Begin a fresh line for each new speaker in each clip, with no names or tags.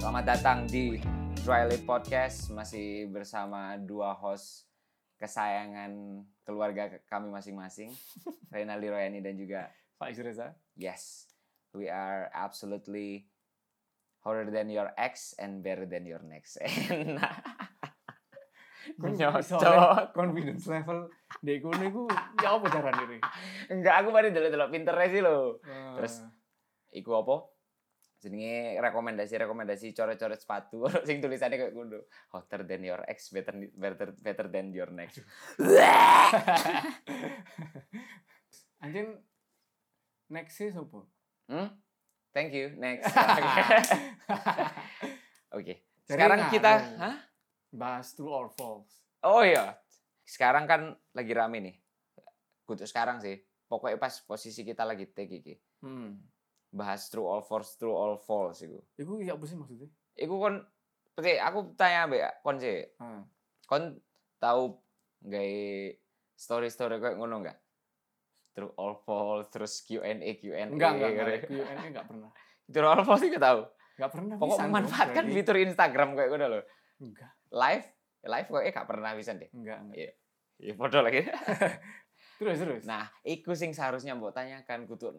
Selamat datang di Dry Lip Podcast masih bersama dua host kesayangan keluarga kami masing-masing, Reina Liroyani dan juga
Faiz Reza.
Yes, we are absolutely hotter than your ex and better than your next. Enak. Nyocok.
Soalnya Confidence level dek gue gue ya apa cara diri.
Enggak, aku baru dulu-dulu pinternya sih lo.
Eh.
Terus? Iku apa? Jenenge rekomendasi-rekomendasi coret-coret sepatu sing tulisannya kayak ngono. Hotter than your ex, better better better than your next.
anjing next sih sopo.
Hmm? Thank you. Next. Oke.
Jadi
Sekarang
ngaruh.
kita, hah?
Bahas true or false.
Oh iya. Sekarang kan lagi rame nih. Kudu sekarang sih. Pokoknya pas posisi kita lagi take iki.
Hmm.
Bahas true all false, true all false iku.
Iku ya apa sih maksudnya?
Iku kon Oke, aku tanya be kon sih.
Ah.
Kon tahu gawe story-story kayak ngono enggak? True all false, terus Q&A Q&A.
Enggak, enggak, enggak. Q&A enggak pernah.
True all false iku tahu.
Enggak pernah
Pokok
pisan, Bro.
memanfaatkan
Berarti-
fitur Instagram kayak ngono lho.
Enggak,
Live, Ya, live kok eh, gak pernah bisa deh.
enggak, enggak. Iya,
Ya bodoh lagi.
Terus, terus.
Nah, iku sing seharusnya mbok tanyakan kudu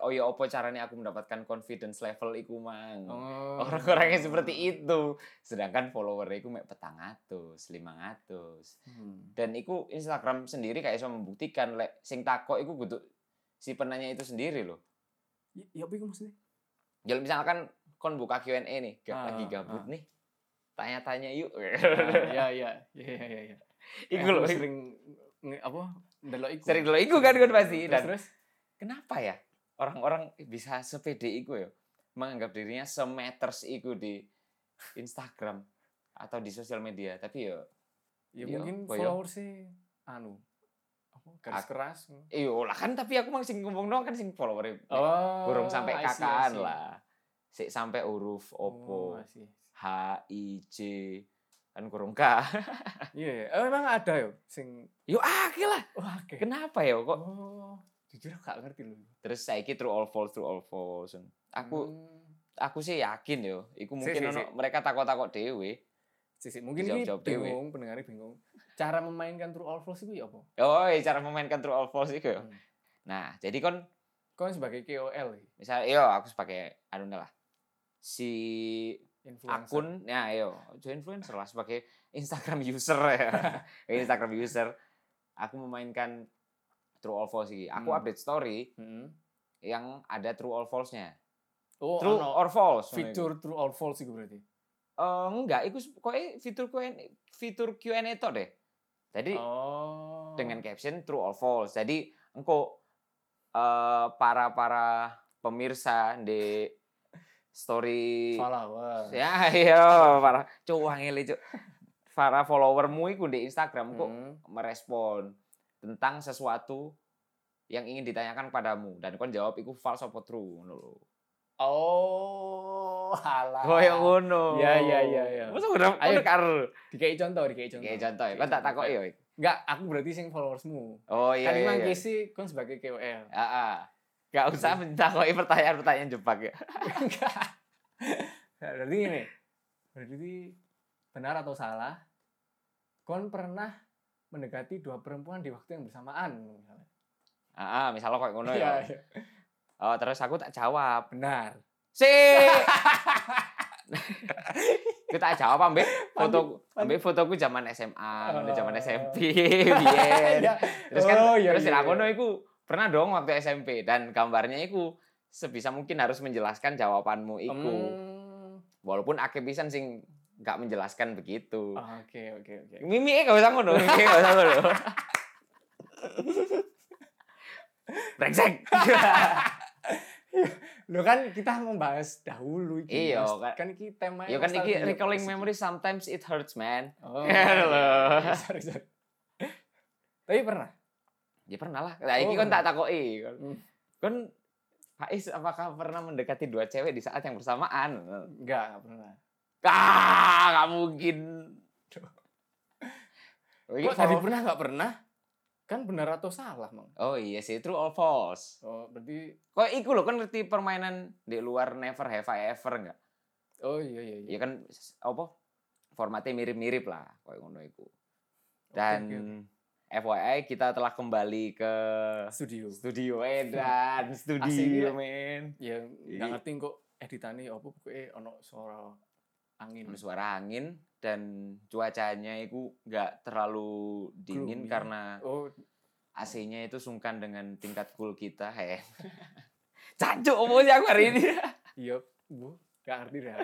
oh ya apa caranya aku mendapatkan confidence level iku mang.
Oh.
Orang-orangnya seperti itu. Sedangkan follower iku mek 400, 500.
Hmm.
Dan iku Instagram sendiri kayak iso membuktikan lek sing takok iku kudu si penanya itu sendiri loh.
Y- Ya apa iku maksudnya?
Jadi misalkan kon buka Q&A nih, gak
Ah,
lagi gabut nih. Tanya-tanya yuk.
Ah, Ya, ya, ya, ya, ya, ya.
iku
Aku
loh.
sering nge- apa? Ndelok iku.
Sering dulu iku kan kon pasti
Terus,
dan
terus.
kenapa ya orang-orang bisa sepede iku ya menganggap dirinya semeters iku di Instagram atau di sosial media tapi ya
Ya
Iya,
mungkin
apa ya?
follower sih anu apa garis
Ak-
keras.
iyo lah kan tapi aku mang sing ngomong doang kan sing follower
Oh,
burung sampai
I see, I
kakaan
see.
lah sik sampai huruf
Oh,
opo
I see.
h i j kan kurung k
Iya, iya. Eh, emang ada yo sing
yo akeh lah
wah kayak
kenapa ya kok
Oh, jujur aku gak ngerti loh.
terus saiki true all false true all false aku
Hmm.
aku sih yakin yo iku
Si,
mungkin
si,
ono-
si.
mereka takut-takut dhewe
Sisi, mungkin ini
Dijawab-jawab dewe.
bingung, pendengarnya bingung. Cara memainkan true or false itu ya apa?
Oh, iya, cara memainkan true or false itu. ya.
Hmm.
Nah, jadi kon
Kau kan sebagai KOL, ya,
misalnya yo aku sebagai anu lah. Si
influencer.
akun ya yo, aja influencer lah sebagai Instagram user ya. Instagram user. Aku memainkan true or false iki. Aku
Hmm.
update story
Mm-mm.
yang ada true or false-nya.
Hmm. Oh,
true
ano,
or false. ngono iku.
fitur true or false itu berarti.
Eh, enggak, itu koe fitur Q&A fitur Q&A to deh. Jadi
Oh.
dengan caption true or false. Jadi engko eh, para para pemirsa di story
follower.
ya iya para cowok ngeli cuk. Para followermu iku di Instagram kok
Mm.
merespon tentang sesuatu yang ingin ditanyakan padamu dan kon jawab iku false apa true ngono lho.
Oh, halah.
Koyo ngono.
Ya, ya, ya, ya.
Masa udah
Ayo. Iya.
udah kar.
Dikai contoh, dikai contoh.
Kayak contoh, ya, kon tak takok yo.
Enggak, aku berarti sing followersmu.
Oh iya.
Kan
iya,
memang
iya.
sih kon sebagai KOL.
Heeh. Gak usah mencakupi pertanyaan-pertanyaan jebak ya.
Enggak. Nah, berarti ini. Berarti benar atau salah? Kon pernah mendekati dua perempuan di waktu yang bersamaan misalnya.
Ah, ah, misalnya kayak ngono
Iya,
ya.
iya.
Oh, terus aku tak jawab.
Benar.
Si. Kita jawab ambek foto
Lanjut,
ambek fotoku zaman SMA, ngono zaman
Oh.
SMP, biyen.
Iya.
Terus kan
Oh, iya,
terus
iya,
lah
iya.
ngono iku pernah dong waktu SMP dan gambarnya iku sebisa mungkin harus menjelaskan jawabanmu iku.
Hmm.
Walaupun akeh pisan sing gak menjelaskan begitu.
Ah, Oke, oke, oke.
Mimi eh gak usah ngono, Mimi eh, gak usah ngono. Brengsek.
Lo kan kita membahas dahulu iki.
Iya,
Mas.
kan-
kan iki tema
Ya kan
nostalgia Iya,
iki recalling
pas iki.
memory sometimes it hurts man.
Oh.
Ya Allah.
iya, Sorry, sorry. Tapi pernah?
Ya pernah lah. Nah, iki
Oh,
kon tak
pernah.
takoki.
Hmm.
Kon Faiz apakah pernah mendekati dua cewek di saat yang bersamaan?
Enggak, enggak pernah.
Ah, gak mungkin. Oh, iki
Kok tadi
false.
pernah enggak pernah? Kan benar atau salah, Mang?
Oh iya sih, true or false.
Oh, berarti
Kok iku lho kan ngerti permainan di luar never have I ever enggak?
Oh iya iya iya.
Ya kan s- apa? Formatnya mirip-mirip lah koyo ngono iku.
Oke,
Dan
oke, oke.
FYI kita telah kembali ke
studio.
studio Edan,
Asik,
studio
gila.
men.
Ya nggak
Iya.
ngerti kok editane opo pokoke ono suara angin.
Ono Suara angin dan cuacanya itu nggak terlalu dingin
Gloomy.
karena
Oh,
AC-nya itu sungkan dengan tingkat cool kita. He. Cancuk omong sih aku hari ini.
iya, bu. Gak ngerti dah.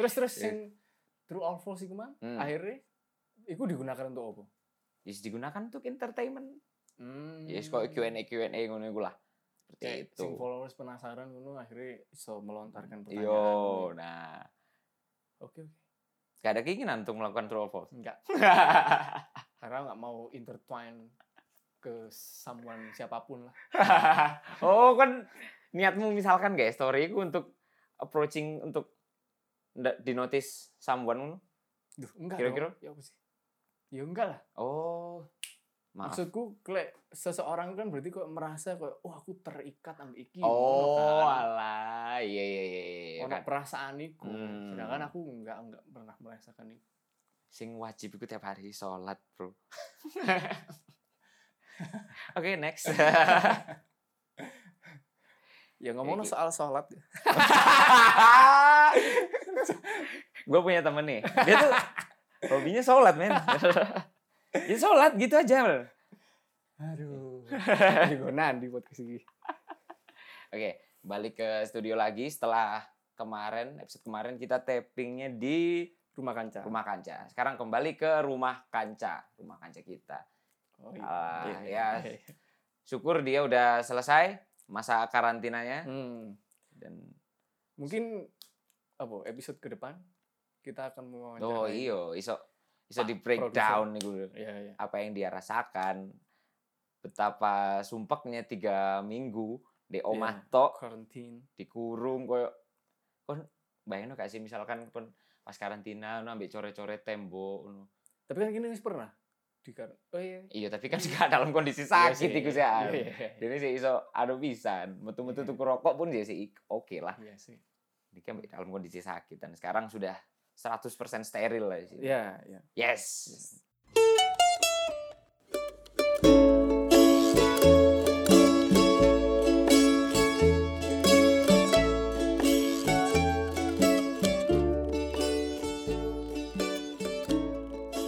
terus terus
Iya.
sing True or False iku mang
Hmm.
akhirnya itu digunakan untuk apa?
Yes, digunakan untuk entertainment.
Hmm.
Yes, kok Q&A Q&A ngono iku lah. Seperti
Kayak
itu.
Sing followers penasaran ngono akhirnya iso melontarkan pertanyaan.
gitu. Yo,
ngono.
nah,
Oke oke.
gak ada keinginan untuk melakukan true or false.
Enggak, karena nggak mau intertwine ke someone siapapun lah.
oh, kan niatmu misalkan guys, story ku untuk approaching untuk nda- di notice someone ngono.
Duh, enggak
Kira-kira?
dong. Ya apa sih? Ya enggak lah.
Oh. Maaf.
Maksudku kayak seseorang kan berarti kok merasa kayak wah aku terikat sama iki. ngono
oh,
kan.
alah. Iya, iya, iya, iya, iya.
ono
kan.
perasaan iku.
Hmm.
Sedangkan aku enggak enggak pernah merasakan itu.
Sing wajib iku tiap hari sholat, Bro. Oke, next.
Ya ngomong
Kayak
soal sholat.
ya. gue punya temen nih dia tuh hobinya sholat men ya sholat gitu aja bro. oke
Aduh. Di gonan di podcast iki.
balik ke studio lagi setelah kemarin episode kemarin kita tapingnya di
Rumah kanca.
rumah kanca sekarang kembali ke rumah kanca rumah kanca kita
Oh, iya.
Ah,
Iya, iya,
ya.
iya, iya.
syukur dia udah selesai masa karantinanya
Hmm.
dan
Mungkin apa episode ke depan kita akan mewawancarai.
oh iyo iso iso
Pak
di breakdown nih gue
Iya, iya.
apa yang dia rasakan betapa sumpeknya tiga minggu di omah
Iya.
tok
Quarantine.
dikurung koyo kon bayangin gak sih misalkan kon pas karantina ono ambek core-core tembok ono.
Tapi kan gini wis pernah di kar- Oh iya.
Iya, tapi kan juga dalam kondisi
Iya
sakit ya.
sih,
iku sih.
iya,
An.
Iya, iya, iya.
Jadi sih iso aduh pisan, metu-metu
Iya.
tuku rokok pun ya sih ik- oke lah.
Iya sih.
Jadi kan ambek dalam kondisi sakit dan sekarang sudah 100% steril lah sih.
Iya, iya.
Yes.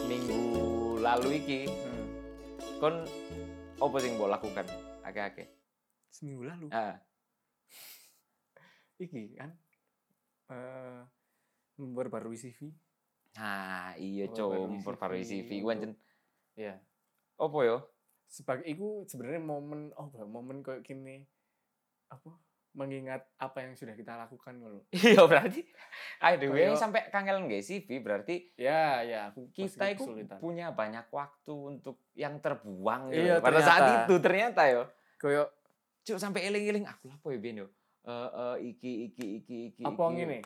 Minggu lalu iki
Hmm.
kon opo sing mbok lakukan? Oke-oke.
Seminggu lalu.
Ah,
iki kan eh memperbarui CV.
nah, iya
Memperbarui
cowok perbarui
CV
CV
untuk-
wancen
Iya.
opo yo?
Sebagai iku sebenarnya momen oh bah, momen kayak gini apa mengingat apa yang sudah kita lakukan ngono.
Iya berarti aduh
Kayak-
ya sampai kangen nggak CV berarti
Ya, ya aku pas
kita itu
kesulitan.
punya banyak waktu untuk yang terbuang gitu.
Iya,
pada saat
ternyata.
itu ternyata yo
Kayak
cuk sampai eling-eling aku apa ya ben yo Eh, eh, iki iki iki iki
apa
iki.
ngene?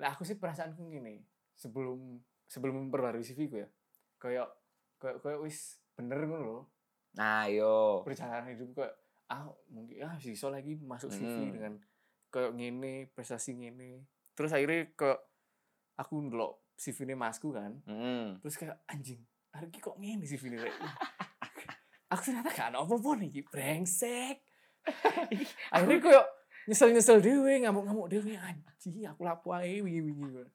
Lah aku sih perasaanku ngene. Sebelum sebelum memperbarui CV ku ya. Kayak kayak kayak wis bener ngono loh.
nah yo
perjalanan hidup kayak ah mungkin ah bisa lagi masuk
Mm.
CV dengan kayak gini prestasi gini terus akhirnya kayak aku ndelok CV ini masku kan
Mm.
terus kayak anjing hari ini kok gini CV ini Rek?" aku ternyata gak ada apa-apa nih brengsek akhirnya kayak nyesel-nyesel dewe ngamuk-ngamuk dewe anjing aku lapo ae wingi-wingi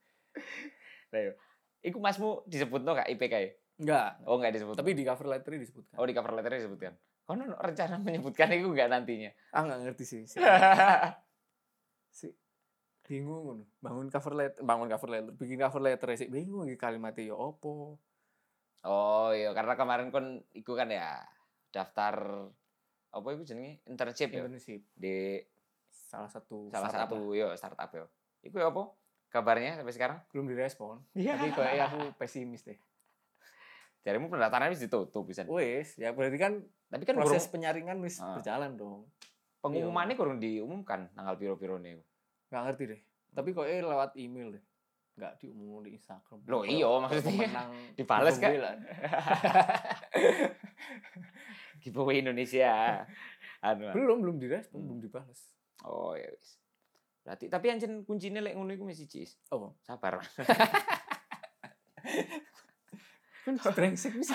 Nah, yo. Iku masmu disebut no gak IPK ya?
enggak
Oh nggak disebut.
tapi di cover letter disebutkan
oh di cover letternya disebutkan. Kau no rencana menyebutkan itu nggak nantinya?
ah nggak ngerti sih si bingung ngono. bangun cover letter bangun cover letter bikin cover letter sih bingung iki kalimatnya ya opo
oh iya karena kemarin kon iku kan ya daftar apa itu jenenge internship ya
internship
di
salah satu
salah
startup lah.
satu yo startup yo. Iku ya apa? Kabarnya sampai sekarang?
belum direspon
Iya.
tapi kayaknya aku pesimis deh
Jarimu pendaftaran wis ditutup bisa.
wes ya berarti kan
Tapi kan
proses iya.
burung
penyaringan wis
Ah.
berjalan dong
pengumumannya kurang diumumkan tanggal piro-piro nih.
nggak ngerti deh tapi kayaknya lewat email deh nggak diumumin di Instagram
Loh,
Kayak-
iya,
kayak
maksudnya
pemenang
dibales, Kak.
giveaway lah.
Giveaway Indonesia. anu. anu.
belum belum direspon
Hmm.
belum dibales
Oh ya wis. Berarti tapi anjen kuncine lek ngono iku mesti cis.
Apa?
Sabar.
Kan brengsek bisa.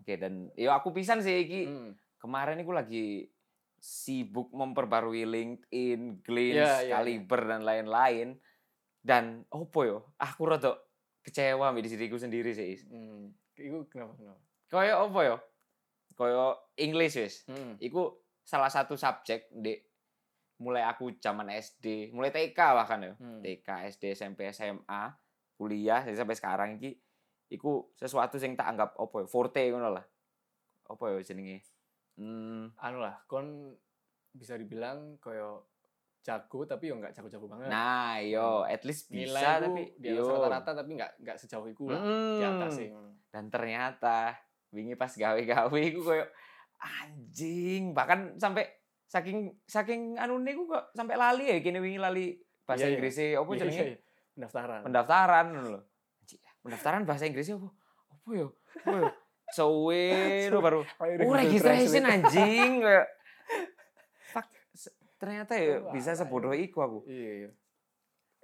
Oke dan yo aku pisan sih iki.
Hmm.
Kemarin iku lagi sibuk memperbarui LinkedIn, Glints,
Ya, ya, ya.
Kaliber dan lain-lain. Dan opo yo, aku rada kecewa mbek diriku sendiri sih. Is.
Hmm. Iku kenapa kenapa?
Kaya opo yo? Kaya English wis.
Hmm.
Iku salah satu subjek di mulai aku zaman SD, mulai TK bahkan ya.
Hmm.
TK, SD, SMP, SMA, kuliah jadi sampai sekarang iki iku sesuatu yang tak anggap opo ya, forte ngono lah. Opo ya jenenge? Hmm,
Anu lah, kon bisa dibilang koyo jago tapi yo nggak jago-jago banget.
nah, yo at least bisa
Nilai ku
tapi
Eh. di atas
yo.
rata-rata tapi nggak nggak sejauh iku lah. Di atas
Mm.
sih.
Dan ternyata wingi pas gawe-gawe iku koyo anjing, bahkan sampai saking saking anu niku kok sampai lali ya kene wingi lali bahasa
Iya, iya.
Inggrisnya opo
Iya,
jenenge?
iya, iya. Pendaftaran.
pendaftaran ngono lho. Anjing, Pendaftaran bahasa Inggrisnya apa? Apa ya? Apa ya? Sowe lho baru. Oh registration anjing kayak fuck se- ternyata ya
Oh,
bisa
alah,
sebodoh iku aku.
Iya, iya.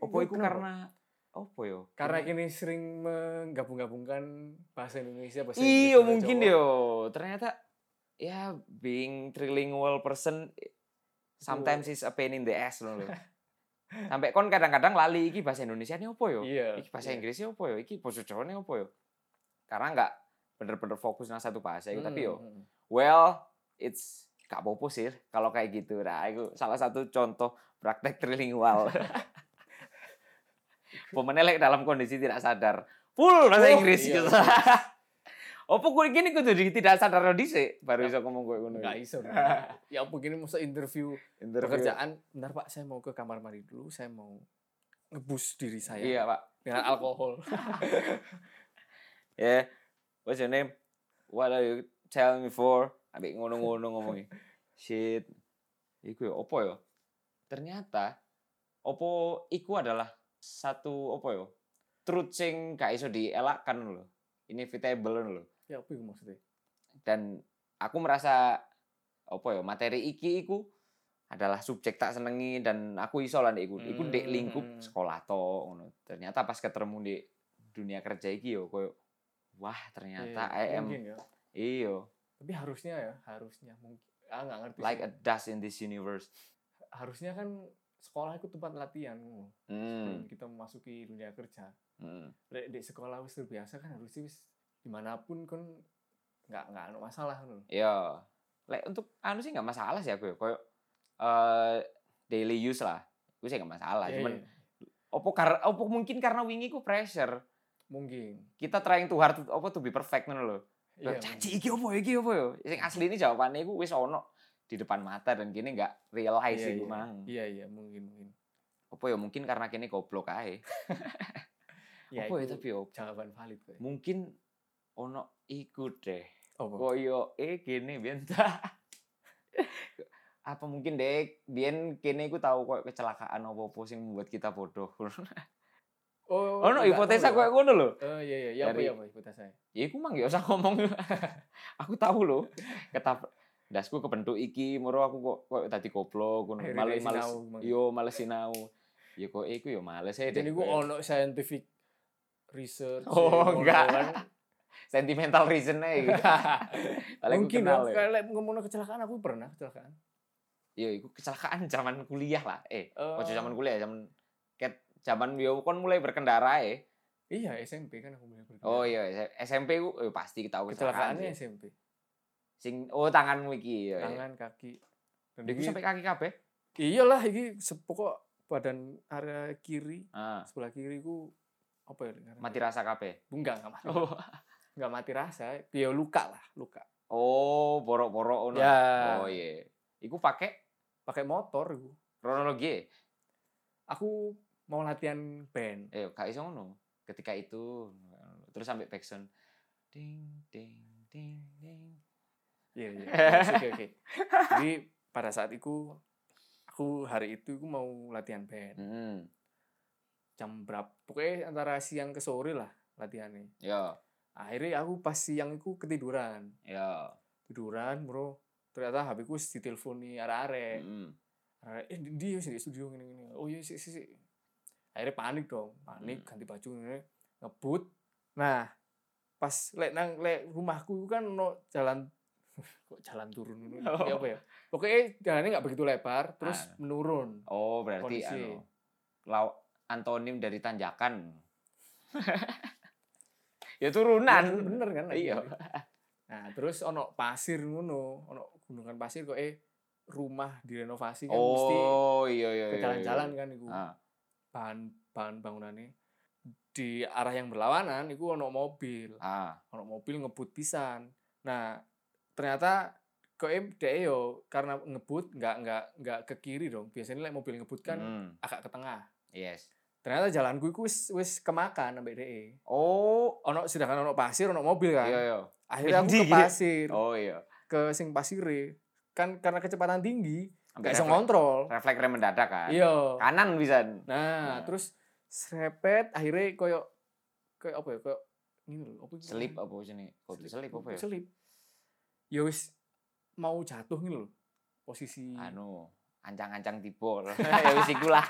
Opo iku
kenapa?
karena ya? opo yo?
karena kini sering menggabung-gabungkan bahasa Indonesia bahasa Inggris,
Iya
bahasa
mungkin
Jawa.
yo. Ternyata ya being trilingual person
Iya.
sometimes is a pain in the ass loh. loh. Sampai kon kadang-kadang lali iki bahasa Indonesia ini opo yo?
Iya.
iki bahasa
iya.
Inggrisnya apa ya? Iki bahasa Jawane apa ya? Karena nggak bener-bener fokus nang satu bahasa itu, tapi yo
Mm, mm, mm.
well it's gak apa-apa sih kalau kayak gitu. Nah, itu salah satu contoh praktek trilingual. Pemenelek dalam kondisi tidak sadar. Full bahasa
Oh,
Inggris
iya.
gitu. Opo kowe gini kudu di- tidak sadar dhisik
Ya.
baru iso ngomong kowe ngono.
Nggak iso. Bro. ya mungkin masa interview
Interview.
pekerjaan. Bentar Pak, saya mau ke kamar mandi dulu. Saya mau ngebus diri saya
Iya, Pak.
dengan alkohol.
Yeah. What's your name? What are you telling me for? Abis ngono-ngono ngomongnya. Shit. Iku ya, opo ya? Ternyata, opo iku adalah satu, opo ya? Truth sing gak iso dielakkan loh. Inevitable loh.
ya apa itu maksudnya?
Dan aku merasa, opo ya? Materi iki iku adalah subjek tak senengi dan aku iso lah ndek iku. Iku ndek lingkup
Hmm.
sekolah to ngono. Ternyata pas ketemu di dunia kerja iki yo koyo wah ternyata
Iya,
I am
mungkin ya.
Iyo,
Tapi harusnya ya, harusnya mungkin. Ah nggak ngerti.
like
sih.
a dust in this universe.
Harusnya kan sekolah itu tempat latihan. ngono.
Hmm.
Sebelum kita memasuki dunia kerja.
hmm.
Lek di sekolah wis terbiasa kan harusnya wis dimanapun kan nggak nggak ada masalah ngono.
Iya. Like untuk anu sih nggak masalah sih aku ya. Koyo eh daily use lah. Gue sih nggak masalah.
Iya,
Cuman
iya.
opo kar opo mungkin karena wingi ku pressure.
mungkin.
Kita trying to hard opo to be perfect ngono lho.
Iya,
Lah, Janji iki opo iki opo yo. Sing asli ini jawabannya iku wis ono di depan mata dan kini nggak realize
Iya,
iku
iya.
mang.
Iya iya mungkin mungkin.
Opo ya mungkin karena kini goblok ae.
Ya,
opo ya
itu
tapi yo
jawaban valid kok. ya.
mungkin ono iku deh.
Oh,
koyo eh kene biyen ta. apa mungkin dek biyen kene ku tahu koyo kecelakaan apa apa sing membuat kita bodoh
oh,
oh no
nggak
hipotesa
tahu
koyo
ya.
ngono lho
Oh iya iya, iya apa
Dari-
iya apa hipotesa.
ya iku mang ya usah ngomong aku tahu lho ketap dasku kebentuk iki moro aku kok koyo tadi goblok ngono
Akhirnya
males
dia
males
sinau, mang.
yo males sinau ya kok iku yo males e
Jadi
deh
gue
koyo.
ono scientific research.
Oh,
ya, ono
enggak.
kan.
sentimental reason ae gitu paling
mungkin
kenal
dong,
ya
kalau ngomong kecelakaan aku pernah kecelakaan.
yo iku kecelakaan zaman kuliah lah eh
Eh,
Ojo zaman kuliah, zaman ket zaman yo kon mulai berkendara ya.
Iya SMP kan aku mulai berkendara.
Oh iya, S- SMP ku eh, pasti tahu kecelakaan.
kecelakaannya
sih.
SMP.
Sing oh tanganmu iki yo. Tangan.
Tangan kaki. Dan
Iku
iki-
sampai kaki kabeh.
iyalah iki sepokok badan area kiri
Ah,
sebelah kiri ku apa ya dengar
mati rasa kabeh.
enggak enggak mati
Oh,
enggak mati rasa ya luka lah luka
oh borok-borok ngono.
Ya.
Oh iya. Iku pakai
pakai motor iku.
kronologi. e.
aku mau latihan band
Eh, gak iso ngono. Ketika itu terus sampai backsound ding ding ding ding.
iya iya Yes, oke oke jadi pada saat itu aku hari itu aku mau latihan band
Heeh.
jam berapa pokoknya antara siang ke sore lah latihannya
Yo,
akhirnya aku pas siang itu ketiduran
yo.
tiduran bro ternyata HP ku wis diteleponi arek-arek
Mm.
Arek, eh di di- di studio gini gini oh iya sih sih sih akhirnya panik dong
Hmm.
panik ganti baju gini ngebut nah pas lek nang lek rumahku kan no jalan kok jalan turun ini
Oh.
ya apa ya pokoknya jalannya nggak begitu lebar terus
Ah.
menurun
Oh, berarti
Kondisi.
anu, lau- antonim dari tanjakan. ya
Ya,
turunan.
bener kan
Iya.
nah terus ono pasir ngono ono gunungan pasir kok eh rumah direnovasi kan mesti
Oh, iya iya.
ke
iya,
jalan-jalan
iya.
kan iku
Ah.
bahan bahan bangunannya di arah yang berlawanan itu ono mobil
Ah,
ono mobil ngebut pisan nah ternyata kok deh yo karena ngebut nggak nggak nggak ke kiri dong biasanya like mobil ngebut kan
mm,
agak ke tengah
yes.
ternyata jalanku itu wis wis kemakan sampai deh
Oh,
ono sedangkan ono pasir ono mobil kan
iya iya.
akhirnya aku
Windy
ke
gitu.
pasir
Oh iya.
ke sing pasire kan karena kecepatan tinggi
Sampai
nggak bisa
refleks-
ngontrol
Refleks rem mendadak kan.
iya
Kanan bisa.
Nah,
Nah.
terus serepet akhirnya koyo koyo apa ya? Koyo ini lho, apa sih?
Selip apa sini? Kok selip apa ya?
Selip. Ya wis mau jatuh ini lho. Posisi
Anu, ancang-ancang tiba. ya wis iku lah.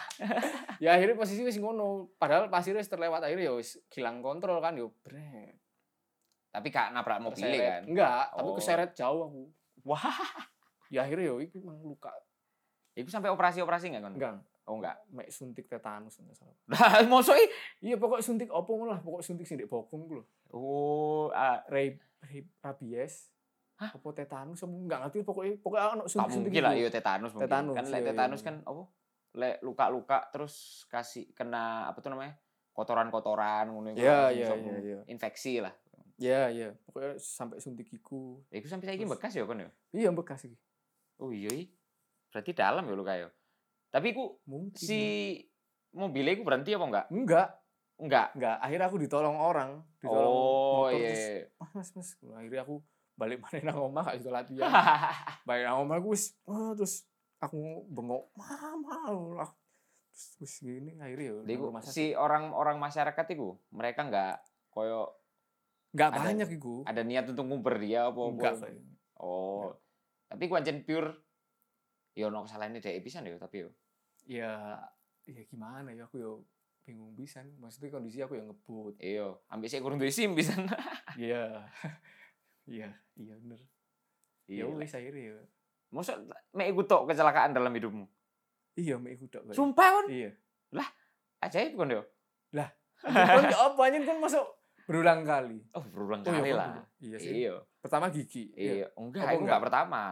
ya akhirnya posisi wis ngono. Padahal pasirnya wis terlewat akhirnya ya wis hilang kontrol kan yo bret.
Tapi gak nabrak mobil
Terseret.
kan.
Enggak, tapi
Oh.
keseret jauh aku.
Wah,
Ya akhirnya yo iku mang luka.
iku sampai operasi-operasi enggak kon?
Enggak,
Oh enggak.
mek suntik tetanus enggak salah.
Lah, mosok i-
Iya pokok suntik opo ngono lah, pokok suntik sing ndek bokong ku lho.
Oh, ah,
Ray, ray- rabies. Hah? Apa tetanus apa enggak ngerti pokoknya pokoknya ono
Tak
suntik-suntik.
mungkin lah,
gitu.
iya tetanus mungkin.
Tetanus,
kan lek
iya, iya,
tetanus
iya.
kan apa? Lek luka-luka terus kasih kena apa tuh namanya? kotoran-kotoran ngono iku
Iya,
langsung
iya,
sopo.
iya, iya.
Infeksi lah.
Iya, iya. Pokoknya sampai suntik iku.
Ya, Iku sampai saiki
Terus-
bekas ya kon ya.
Iya, bekas iki.
Oh iya. i. Berarti dalam ya luka ya. Tapi iku
Mungkin.
si mobilnya iku berhenti apa enggak?
enggak,
Enggak.
enggak. Akhirnya aku ditolong orang, ditolong
Oh
motor, terus,
iya.
"Mas, Mas, Mas." Akhirnya aku balik mana nang omah gak itu latihan. balik nang omah aku wis "Ah," terus aku bengok, "Mama." Lah. Terus wis gini akhirnya ya.
Jadi
nang
iku
rumah sakit.
si orang-orang masyarakat iku mereka enggak koyo
Enggak
ada-
banyak iku.
ada niat untuk nguber dia apa
Enggak.
apa. Oh. Tapi ku ancen pure yo ono kesalahane dhek pisan ya tapi yo.
Ya ya gimana ya aku ya bingung pisan. Maksudnya kondisi aku yang ngebut.
Iya, ambek sik kurang duwe SIM pisan.
Iya. Iya, iya bener. Ya
Iya.
wis akhirnya ya.
Mosok mek iku tok kecelakaan dalam hidupmu.
Iya, mek iku tok. Bay.
Sumpah kon,
Iya.
ajaib kon yo.
Kon ya apa anjing kon masuk berulang kali.
Oh, berulang
iya,
kali
kon
lah.
berulang. Iya sih.
Iya,
Pertama gigi. Ya.
iya. Enggak, aku
Apa enggak?
enggak pertama.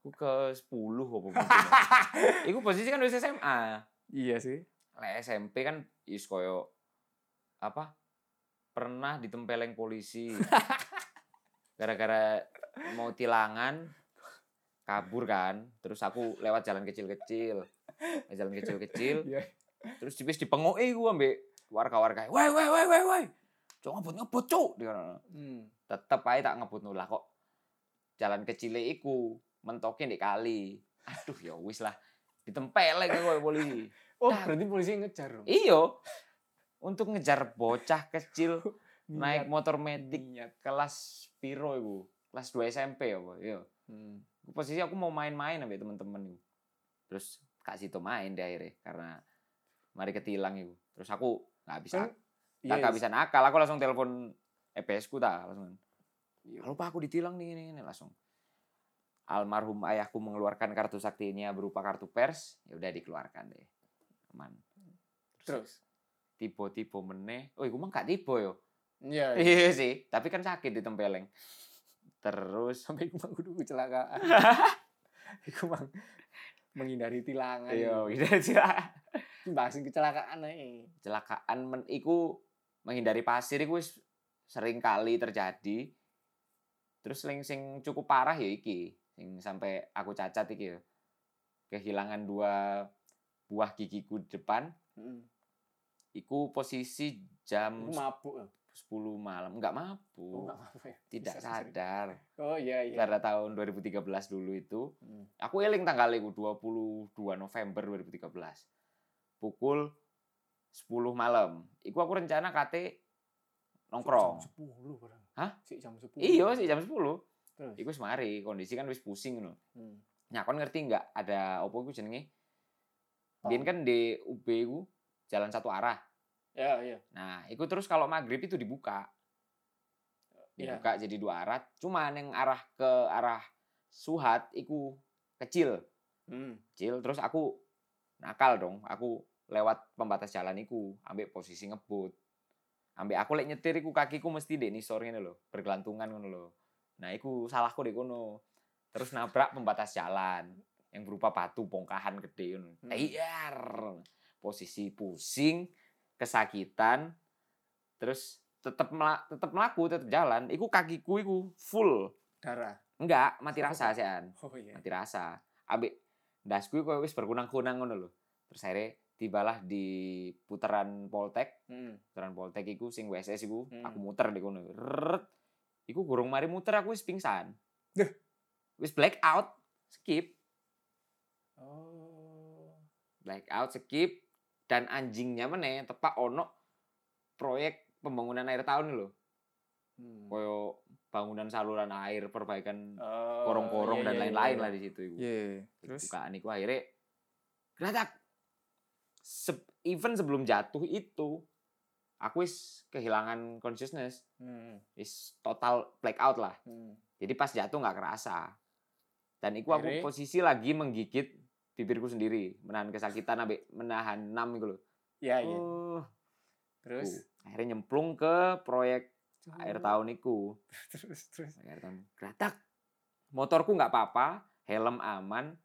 Aku ke 10 apa mungkin. Iku posisi kan wis SMA.
Iya sih.
Lek SMP kan is koyo apa? Pernah ditempeleng polisi. Gara-gara mau tilangan kabur kan. Terus aku lewat jalan kecil-kecil. Lewat Jalan kecil-kecil.
Iya.
Terus tipis dipengoki gua ambek warga-warga. Woi woi woi woi woi. Cok ngebut ngebut cok. Dikono.
Hmm.
Tetep ae tak ngebut lah kok. Jalan kecil iku mentokin di kali. Aduh ya wis lah. Ditempeleng kowe polisi.
Oh,
Tak.
berarti polisi ngejar dong.
Iyo. Untuk ngejar bocah kecil naik
Niat,
motor metik
niat.
kelas piro iku? Kelas 2 SMP apa? Iya.
Hmm.
Posisi aku mau main-main ambek temen-temen iku. Terus Kak Sito main deh akhirnya karena mari ketilang iku. Terus aku nggak bisa
Kan,
tak
Iya.
nggak bisa nakal, aku langsung telepon EPS ku ta langsung.
Iya.
Halo Pak, aku ditilang nih ini, ini langsung. Almarhum ayahku mengeluarkan kartu saktinya berupa kartu pers, ya udah dikeluarkan deh. Aman.
Terus.
tiba-tiba meneh. Oh, iku mah gak tiba yo.
Iya. iya.
Iya sih, tapi kan sakit ditempeleng. Terus
Sampai iku mang kudu kecelakaan. iku mang menghindari tilangan.
iya gitu aja.
Bahasin kecelakaan ae.
Kecelakaan men iku menghindari pasir iku wis sering kali terjadi. Terus sing sing cukup parah ya iki, sing sampai aku cacat iki yo. Kehilangan dua buah gigiku di depan,
Heeh.
iku posisi jam
Iku mabuk. ya?
10 malam. Enggak
Oh,
mampu,
nggak mabuk ya?
tidak
Sorry, sorry.
sadar.
Oh iya iya.
Karena tahun 2013 dulu itu
Hmm.
Aku eling tanggal itu 22 November 2013. Pukul 10 malam. Iku aku rencana kate nongkrong.
Sik Jam 10 barang.
Hah?
Sik jam 10.
Iya sih jam 10.
Terus.
Iku wis mari, kondisi kan wis pusing ngono.
Hmm.
Nah, kon ngerti nggak ada opo iku jenenge?
Tol.
Biyen kan di UB ku jalan satu arah.
Ya, iya.
Nah, itu terus kalau maghrib itu dibuka.
Iya.
Dibuka jadi dua arah. Cuman yang arah ke arah Suhat itu kecil.
Hmm.
Kecil. Terus aku nakal dong. Aku lewat pembatas jalan iku. Ambek posisi ngebut. Ambek aku lek nyetir iku kakiku mesti dek nisor ngene lho. Bergelantungan ngono lho. Nah, iku salahku dek kono. Terus nabrak pembatas jalan yang berupa batu bongkahan gede ngono.
Hmm.
Tayar. Posisi pusing, kesakitan, terus tetep mela- tetep melaku, tetep jalan. Iku kakiku iku full.
Darah.
Enggak, mati rasa sean.
Oh iya.
Mati rasa. Ambek dasku iku wis berkunang-kunang ngono lho. Terus akhirnya tibalah di putaran Poltek
Hmm.
Jalan Poltek iku sing WSS iku,
Hmm.
aku muter di kono. Rrrt. Iku gurung mari muter aku wis pingsan.
Duh.
Wis black out, skip,
Oh.
Hmm. black out, skip dan anjingnya meneh tepak ono proyek pembangunan air tahun lho.
Hmm.
Koyo bangunan saluran air, perbaikan
Oh,
korong-korong
iya,
dan
iya,
lain-lain
iya,
lah di situ iku.
Iya. Terus?
Bukaan iku akhirnya geratak. Se- even sebelum jatuh itu aku wis kehilangan consciousness,
Hmm.
is total black out lah.
Hmm.
Jadi pas jatuh nggak kerasa. Dan itu aku
Akhirnya?
posisi lagi menggigit bibirku sendiri, menahan kesakitan abe menahan enam gitu loh.
Iya, iya.
Uh,
Terus? Hmm.
tuh. akhirnya nyemplung ke proyek air
Air
tahun iku.
Terus, terus.
Air tahun geratak. kan Motorku nggak apa-apa, helm aman.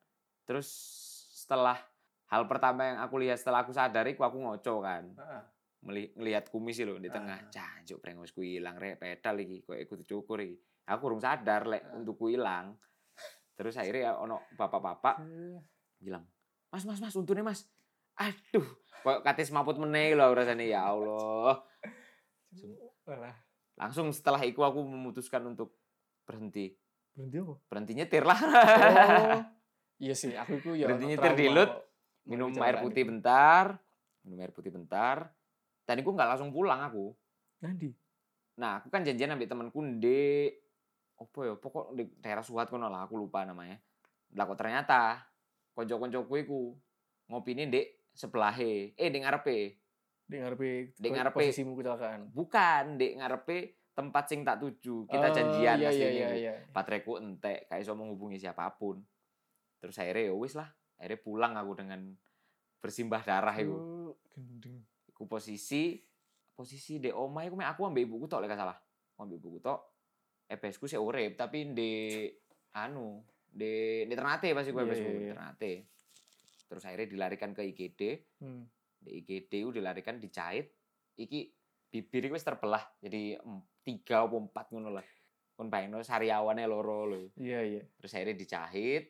Terus setelah hal pertama yang aku lihat setelah aku sadari, aku, aku ngoco kan.
Heeh.
Meli- ngelihat kumis sih lho di
Ah.
tengah. Jancuk brengosku hilang rek pedal iki kok ikut cukur iki. Aku kurang sadar lek
Ah.
untukku hilang. Terus akhirnya ya ono bapak-bapak bilang, "Mas, Mas, Mas, untune Mas." Aduh, kok katis maput meneh lho rasanya ya Allah.
Walah.
Langsung setelah itu aku memutuskan untuk berhenti.
Berhenti apa?
Berhenti nyetir lah.
Oh. Iya sih, aku itu ya.
Berhenti
ono
nyetir di
trauma
lut,
kok.
minum
Jalan
air
itu.
putih bentar, minum air putih bentar. Tadi aku nggak langsung pulang aku.
Nandi.
Nah, aku kan janjian ambil temanku di opo ya, pokok di daerah Suhat kono lah, aku lupa namanya. Lah kok ternyata konco-koncoku iku ngopine ndek sebelahe, eh ndek ngarepe.
Di ngarepe.
Di ngarepe.
Posisimu kecelakaan.
Bukan ndek ngarepe tempat sing tak tuju. Kita
Oh,
janjian gitu.
iya,
pas
iya,
ini.
iya,
Bu.
iya.
Bateraiku entek, gak iso menghubungi siapapun. Terus akhirnya ya wis lah, akhirnya pulang aku dengan bersimbah darah iku.
Oh, Gendeng.
Iku posisi posisi di omah iku mek aku ambek ibuku tok lek gak salah. Aku Ambek ibuku tok. EBSku sik urip tapi di anu, di di Ternate pas iku
Iya,
EBSku
iya,
di
iya.
Ternate. Terus akhirnya dilarikan ke IGD,
Hmm.
di IGD itu dilarikan dicait. Iki bibir iku wis terbelah jadi em, tiga atau empat ngono lah. Kon bayangno sariawane loro lho.
Iya, iya.
Terus akhirnya dicahit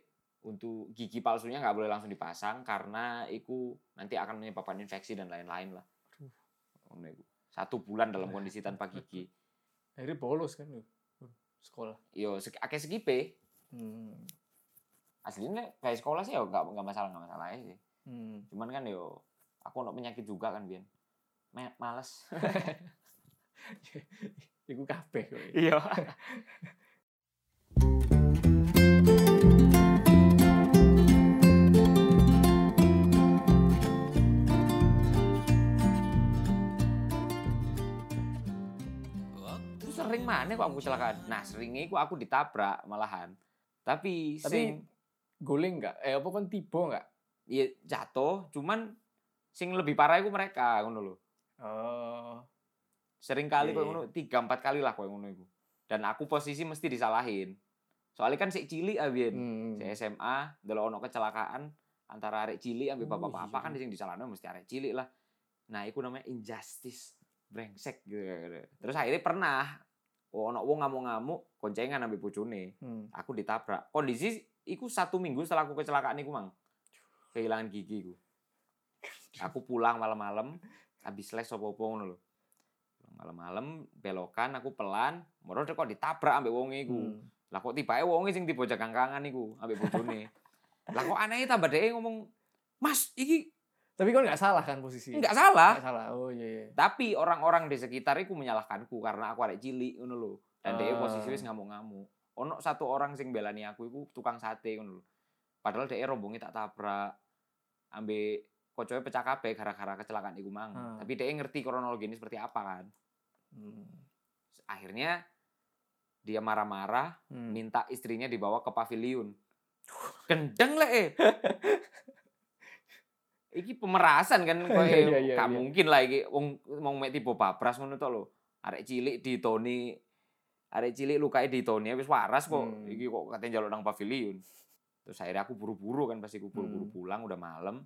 untuk gigi palsunya nggak boleh langsung dipasang karena itu nanti akan menyebabkan infeksi dan lain-lain lah.
Aduh.
Ngono iku. Satu bulan dalam kondisi tanpa gigi.
Akhirnya bolos kan lu. Sekolah.
Yo, sek- akeh sekipe.
Hmm.
Aslinya kayak sekolah sih ya nggak nggak masalah nggak masalah aja sih.
Hmm.
Cuman kan yo aku ono penyakit juga kan Bian. Me- males.
Iku kabeh kok.
Iya. Aku sering mana kok aku kecelakaan? Nah seringnya aku, aku ditabrak malahan. Tapi,
Tapi-
sing
Guling enggak? Eh apa kan tiba enggak?
ya, jatuh, cuman sing lebih parah aku mereka ngono lho.
Oh.
sering kali
Iya,
koyo
iya.
ngono tiga empat kali lah koyo ngono iku dan aku posisi mesti disalahin soalnya kan sik cilik abien
Hmm.
si SMA delok ono kecelakaan antara arek cilik ambil
Oh,
bapak-bapak
iya,
kan
iya.
sing disalahno mesti arek cilik lah nah iku namanya injustice brengsek gitu, gitu. terus akhirnya pernah ono wong ngamuk-ngamuk koncengan ambil bojone
Hmm.
aku ditabrak kondisi iku satu minggu setelah aku kecelakaan iku mang kehilangan gigiku aku pulang malam-malam habis les opo-opo ngono lho Pulang malam-malam belokan aku pelan moro kok ditabrak ambek wonge iku
Hmm.
lah kok tibake wonge sing tiba jagangkangan iku ambek bojone lah kok aneh tambah dhek ngomong Mas, iki
Tapi kan enggak salah kan posisi?
enggak salah.
Enggak salah. Oh iya iya.
Tapi orang-orang di sekitar iku menyalahkanku karena aku arek cilik ngono lho. Dan dia
Ah.
posisi wis ngamuk-ngamuk. ono satu orang sing belani aku iku tukang sate ngono lho. Padahal dhek e rombonge tak tabrak ambe kocoe pecah kabeh gara-gara kecelakaan iku mang.
Hmm.
Tapi dhek e ngerti kronologi ini seperti apa kan.
Hmm.
Akhirnya dia marah-marah,
Hmm.
minta istrinya dibawa ke pavilion. Gendeng lah eh. iki pemerasan kan koyo
Iya, iya, iya,
gak
iya.
mungkin lah iki wong mau mek tiba babras ngono tok lho. Arek cilik ditoni arek cilik lukae ditoni wis waras kok.
Hmm.
Iki kok katanya njaluk nang pavilion. Terus akhirnya aku buru-buru kan pasti aku buru-buru
Hmm.
pulang udah malam.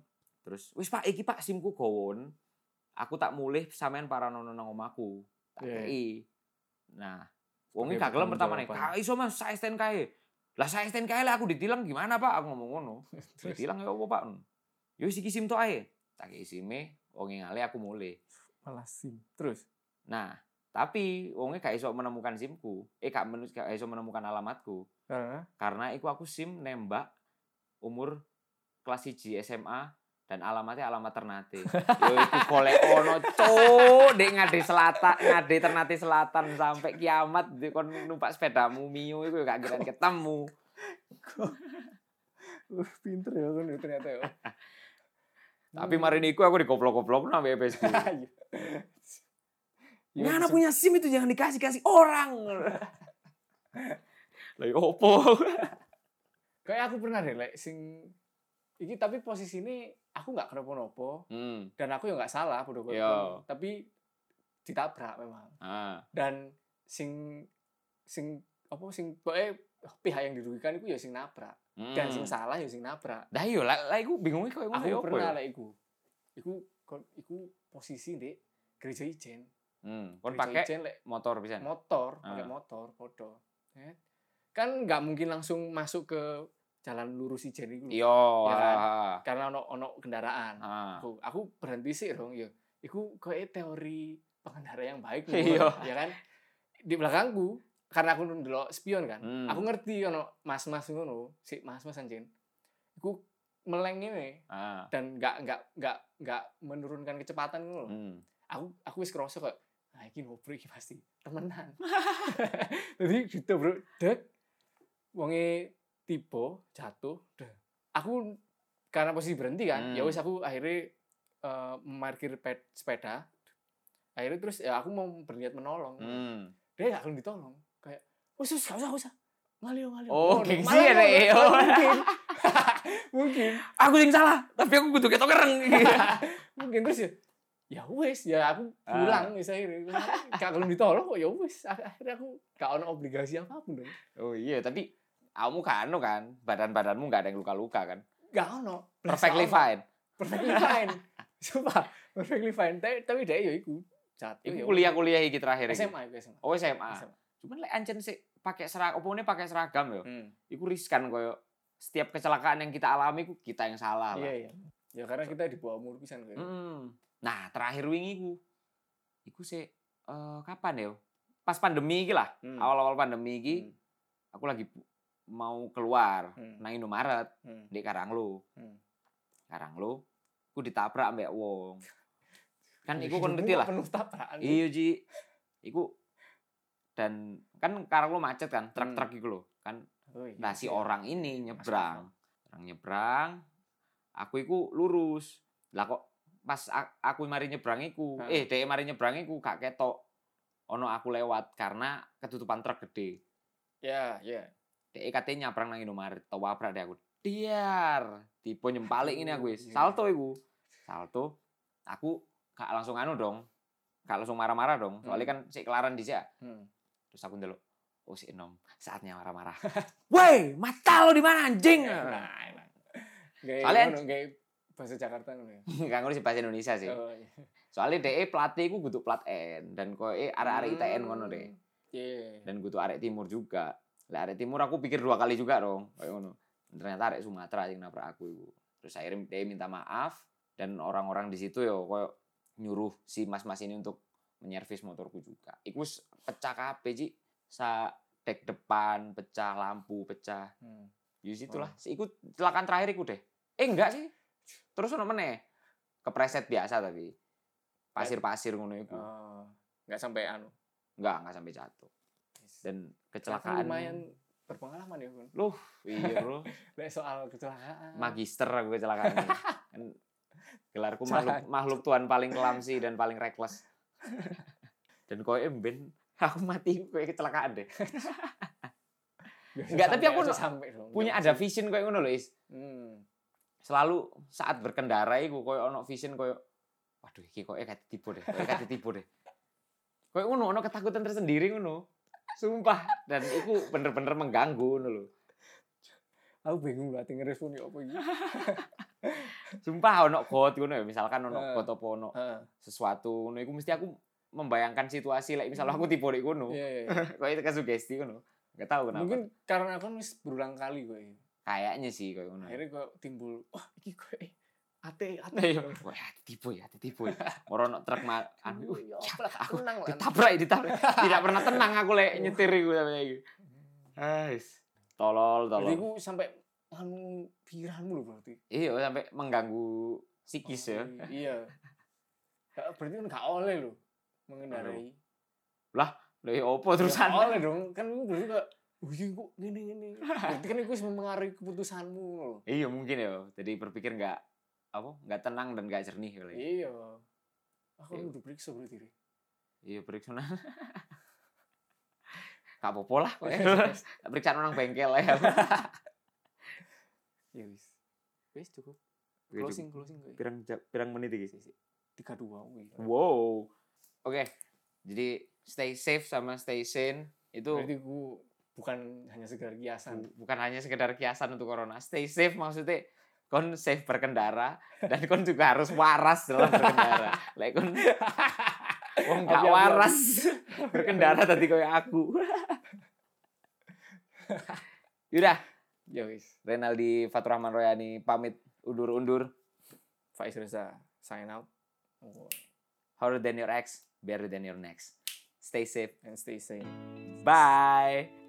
Terus wis Pak iki Pak SIMku gowon. Aku tak mulih sampean paranono nang omahku. Tak
Iya, iya.
kei. Nah, wongi
Sebagai
gak gelem pertama nih.
pertanggungjawaban.
Gak iso Mas, saya STN kae. Lah saya STN kae lah aku ditilang gimana Pak? Aku ngomong ngono.
Terus?
Ditilang ya apa Pak? Yo iki sim tok ae. Tak kei sime, wongi e ngale aku mulih.
Malah sim. Terus.
Nah, tapi wongi gak iso menemukan simku. Eh gak, menu- gak iso menemukan alamatku.
Heeh.
Karena iku aku sim nembak umur kelas 1 SMA dan alamatnya alamat Ternate. Yo iku golek ono cuk, Dek ngade selatan, ngade Ternate Selatan sampai kiamat Dek, kon numpak sepedamu Mio iku yo gak kira ketemu.
Uh, pinter ya kan ternyata ya.
Tapi
Iya.
mari niku aku digoblok-goblok nang BPS.
Ngana
punya SIM itu jangan dikasih-kasih orang. Lah yo opo?
Kayak aku pernah deh, like, sing iki tapi posisi ini aku nggak kenapa-napa
Hmm.
dan aku ya nggak salah bodoh
Yo.
Tapi ditabrak memang.
Ah,
Dan sing sing apa sing pokoknya pihak yang dirugikan itu ya sing nabrak dan sing
hmm.
salah ya sing nabrak.
Dah yo lah lah iku bingungnya koyo ngono
Aku
yo opo.
pernah
yo?
lah iku. Iku kon- iku posisi di gereja ijen.
Hmm, kon
Gereja
pakai
ijen lek
motor pisan.
motor, pakai
Ah.
motor, podo. Eh, Kan nggak mungkin langsung masuk ke jalan lurus ijen iku. lho.
Yo,
Ya kan?
ah,
Karena ono ono kendaraan.
ah.
Aku, aku berhenti sih dong, yo. Iku kayak teori pengendara yang baik lho,
Iya.
ya kan? Di belakangku karena aku ndelok spion kan.
Hmm.
Aku ngerti ono mas-mas ngono, si mas-mas anjen. Iku meleng ini
ah.
dan nggak nggak nggak nggak menurunkan kecepatan ngono. lho.
Hmm.
aku aku wis kerasa kok nah iki ngobrol iki pasti temenan jadi gitu bro dek wonge tiba jatuh dek. aku karena posisi berhenti kan
Hmm.
ya wis aku akhirnya eh, memarkir ped- sepeda akhirnya terus ya aku mau berniat menolong
Hmm.
dia gak akan ditolong kayak wis wis gak usah gak usah ngalih ngalih
Oh,
Ngono.
gengsi
Malah
ya, Dek,
ngono.
ya.
Malah mungkin mungkin
Aku yang salah, tapi aku kudu ketok kereng.
mungkin terus ya ya wes ya aku
Ah.
pulang wis akhirnya gak kalau ditolong kok ya wes akhirnya aku gak ono obligasi apapun dong
oh iya, tapi kamu kan anu kan, badan-badanmu nggak ada yang luka-luka kan.
gak ono Belas
Perfectly
gak ono.
fine.
perfectly fine sumpah perfectly fine tapi, tapi dia ya iku jatuh ya
Iku
wes.
kuliah-kuliah iki terakhir iki.
SMA iku SMA
Oh SMA.
SMA.
Cuman lek ancen sik pakai seragam, opone pakai seragam yo.
Hmm.
Iku riskan koyo setiap kecelakaan yang kita alami ku kita yang salah
iya
lah.
iya ya karena kita di bawah umur pisan
iya.
gitu. kayak
Mm-mm. Nah, terakhir wingi ku iku sik eh, kapan ya? Pas pandemi iki lah.
Hmm.
Awal-awal pandemi iki
Hmm.
aku lagi bu- mau keluar
Hmm.
nang Indomaret
Hmm.
di Karanglo.
Hmm.
Karanglo, aku ditabrak ambek wong. Kan iku kon
Hidupmu
ngerti
kok
lah.
penuh tabrakan
Iya, Ji. Iku dan kan Karanglo macet kan, truk-truk iku lho. Kan
Oh, Hmm. iya
nah si
sih.
orang ini nyebrang. Orang nyebrang, aku iku lurus. Lah kok pas a- aku mari nyebrang iku,
Hah.
eh dhek mari nyebrang iku gak ketok ono aku lewat karena ketutupan truk gede.
ya ya
Dek katanya nyaprang nang Indomaret, tawabrak deh aku. Diar, tipe nyempalik ini aku wis.
Aduh, iya.
Salto iku. Salto. Aku gak langsung anu dong. Gak langsung marah-marah dong. Soalnya kan sik kelaran dhisik. ya.
Hmm.
Terus aku ndelok, oh si Enom, saatnya marah-marah. Eh, Woi, mata lo di mana anjing?
nah emang kayak
Soalnya-
ngono, kayak bahasa Jakarta ngono ya
Gak ngerti bahasa Indonesia sih.
Oh, iya.
Soalnya DE pelatih ku kudu plat N dan koe arek-arek ITN ngono deh.
Hmm. Iya.
dan kudu arek timur juga. Lah arek timur aku pikir dua kali juga dong, kayak ngono. Ternyata arek Sumatera yang nabrak aku iku. Terus akhirnya dia minta maaf dan orang-orang di situ ya koyo nyuruh si mas-mas ini untuk menyervis motorku juga. Iku s- pecah kabeh, Ci. Sa dek depan pecah, lampu pecah.
Hmm.
Yo situlah. Si iku celakaan terakhir iku deh. Eh enggak sih. Terus ono meneh. Kepreset biasa tapi. Pasir-pasir ngono iku.
Oh, nggak sampai anu.
Enggak, enggak sampai jatuh. Dan
Kan
kecelakaan
lumayan berpengalaman ya Gun.
Loh, iya bro.
Lek soal kecelakaan.
Magister aku kecelakaan. ini. Kan Gelarku makhluk,
Jancuk.
makhluk Tuhan paling kelamsi dan paling reckless. Dan kowe emben aku mati kowe kecelakaan deh.
Biasa
Enggak, tapi
sampai,
aku
biasa
no-
sampai dong.
Punya
Biasa.
ada vision kowe ngono loh, Is.
Hmm.
Selalu saat berkendara iku kowe ono vision kowe waduh iki kowe kate tipu deh, kowe kate tipu deh. Kowe ngono ono ketakutan tersendiri ngono. Sumpah dan iku bener-bener mengganggu ngono lho.
Aku bingung lah tinggal respon ya apa gitu.
Sumpah ono god ngono ya misalkan ono
Eh.
god apa ono
Heeh.
sesuatu ngono iku mesti aku membayangkan situasi like misalnya aku tipe nek ngono
Iya iya.
kayak itu kesugesti ngono enggak tahu kenapa
Mungkin karena aku kan wis berulang kali kok. ya.
kayaknya sih kayak ngono
Akhirnya kok timbul wah iki kok eh, ate ate.
Iya. Wah, hati tipu ya, hati tipu ya. Moro ono truk ma anu
Aduh, ya apalah,
aku
aku tenang lah.
ditabrak, ditabrak. Tidak pernah tenang aku lek nyetir iku sampe iki. Ais. Tolol,
Jadi
tolol.
aku sampai anu pikiranmu loh berarti.
Iya, sampai mengganggu psikis ya.
Oh, Iya. Nggak- Berarti kan gak oleh loh mengendarai.
Lho ya opo
Gak
terusan?
oleh dong. Kan lu berarti kok Wih, iya, kok gini gini. Berarti kan itu mempengaruhi keputusanmu loh.
Iya, mungkin ya. Jadi berpikir enggak apa? Enggak tenang dan enggak jernih kali. ya.
Iya. Aku
Iya.
udah periksa berarti. Ri.
Iya periksa Gak apa-apa lah kowe. Periksaan orang bengkel ya.
Ya wis. Wis cukup.
Iya, Oke,
Closing closing kayak
Pirang ja- pirang menit iki sih.
tiga dua wih.
Wow. Oke. Jadi stay safe sama stay sane itu
Berarti ku bukan hanya sekedar kiasan.
bu- bukan hanya sekedar kiasan untuk corona. Stay safe maksudnya kon safe berkendara dan kon juga harus waras dalam berkendara. Lek kon wong gak
Abi-abi.
waras berkendara tadi kayak aku. Yaudah,
Ya wis.
Renaldi Faturahman Royani pamit undur-undur.
Faiz Reza sign out. Oh,
Harder than your ex, better than your next. Stay safe.
And stay safe.
Bye.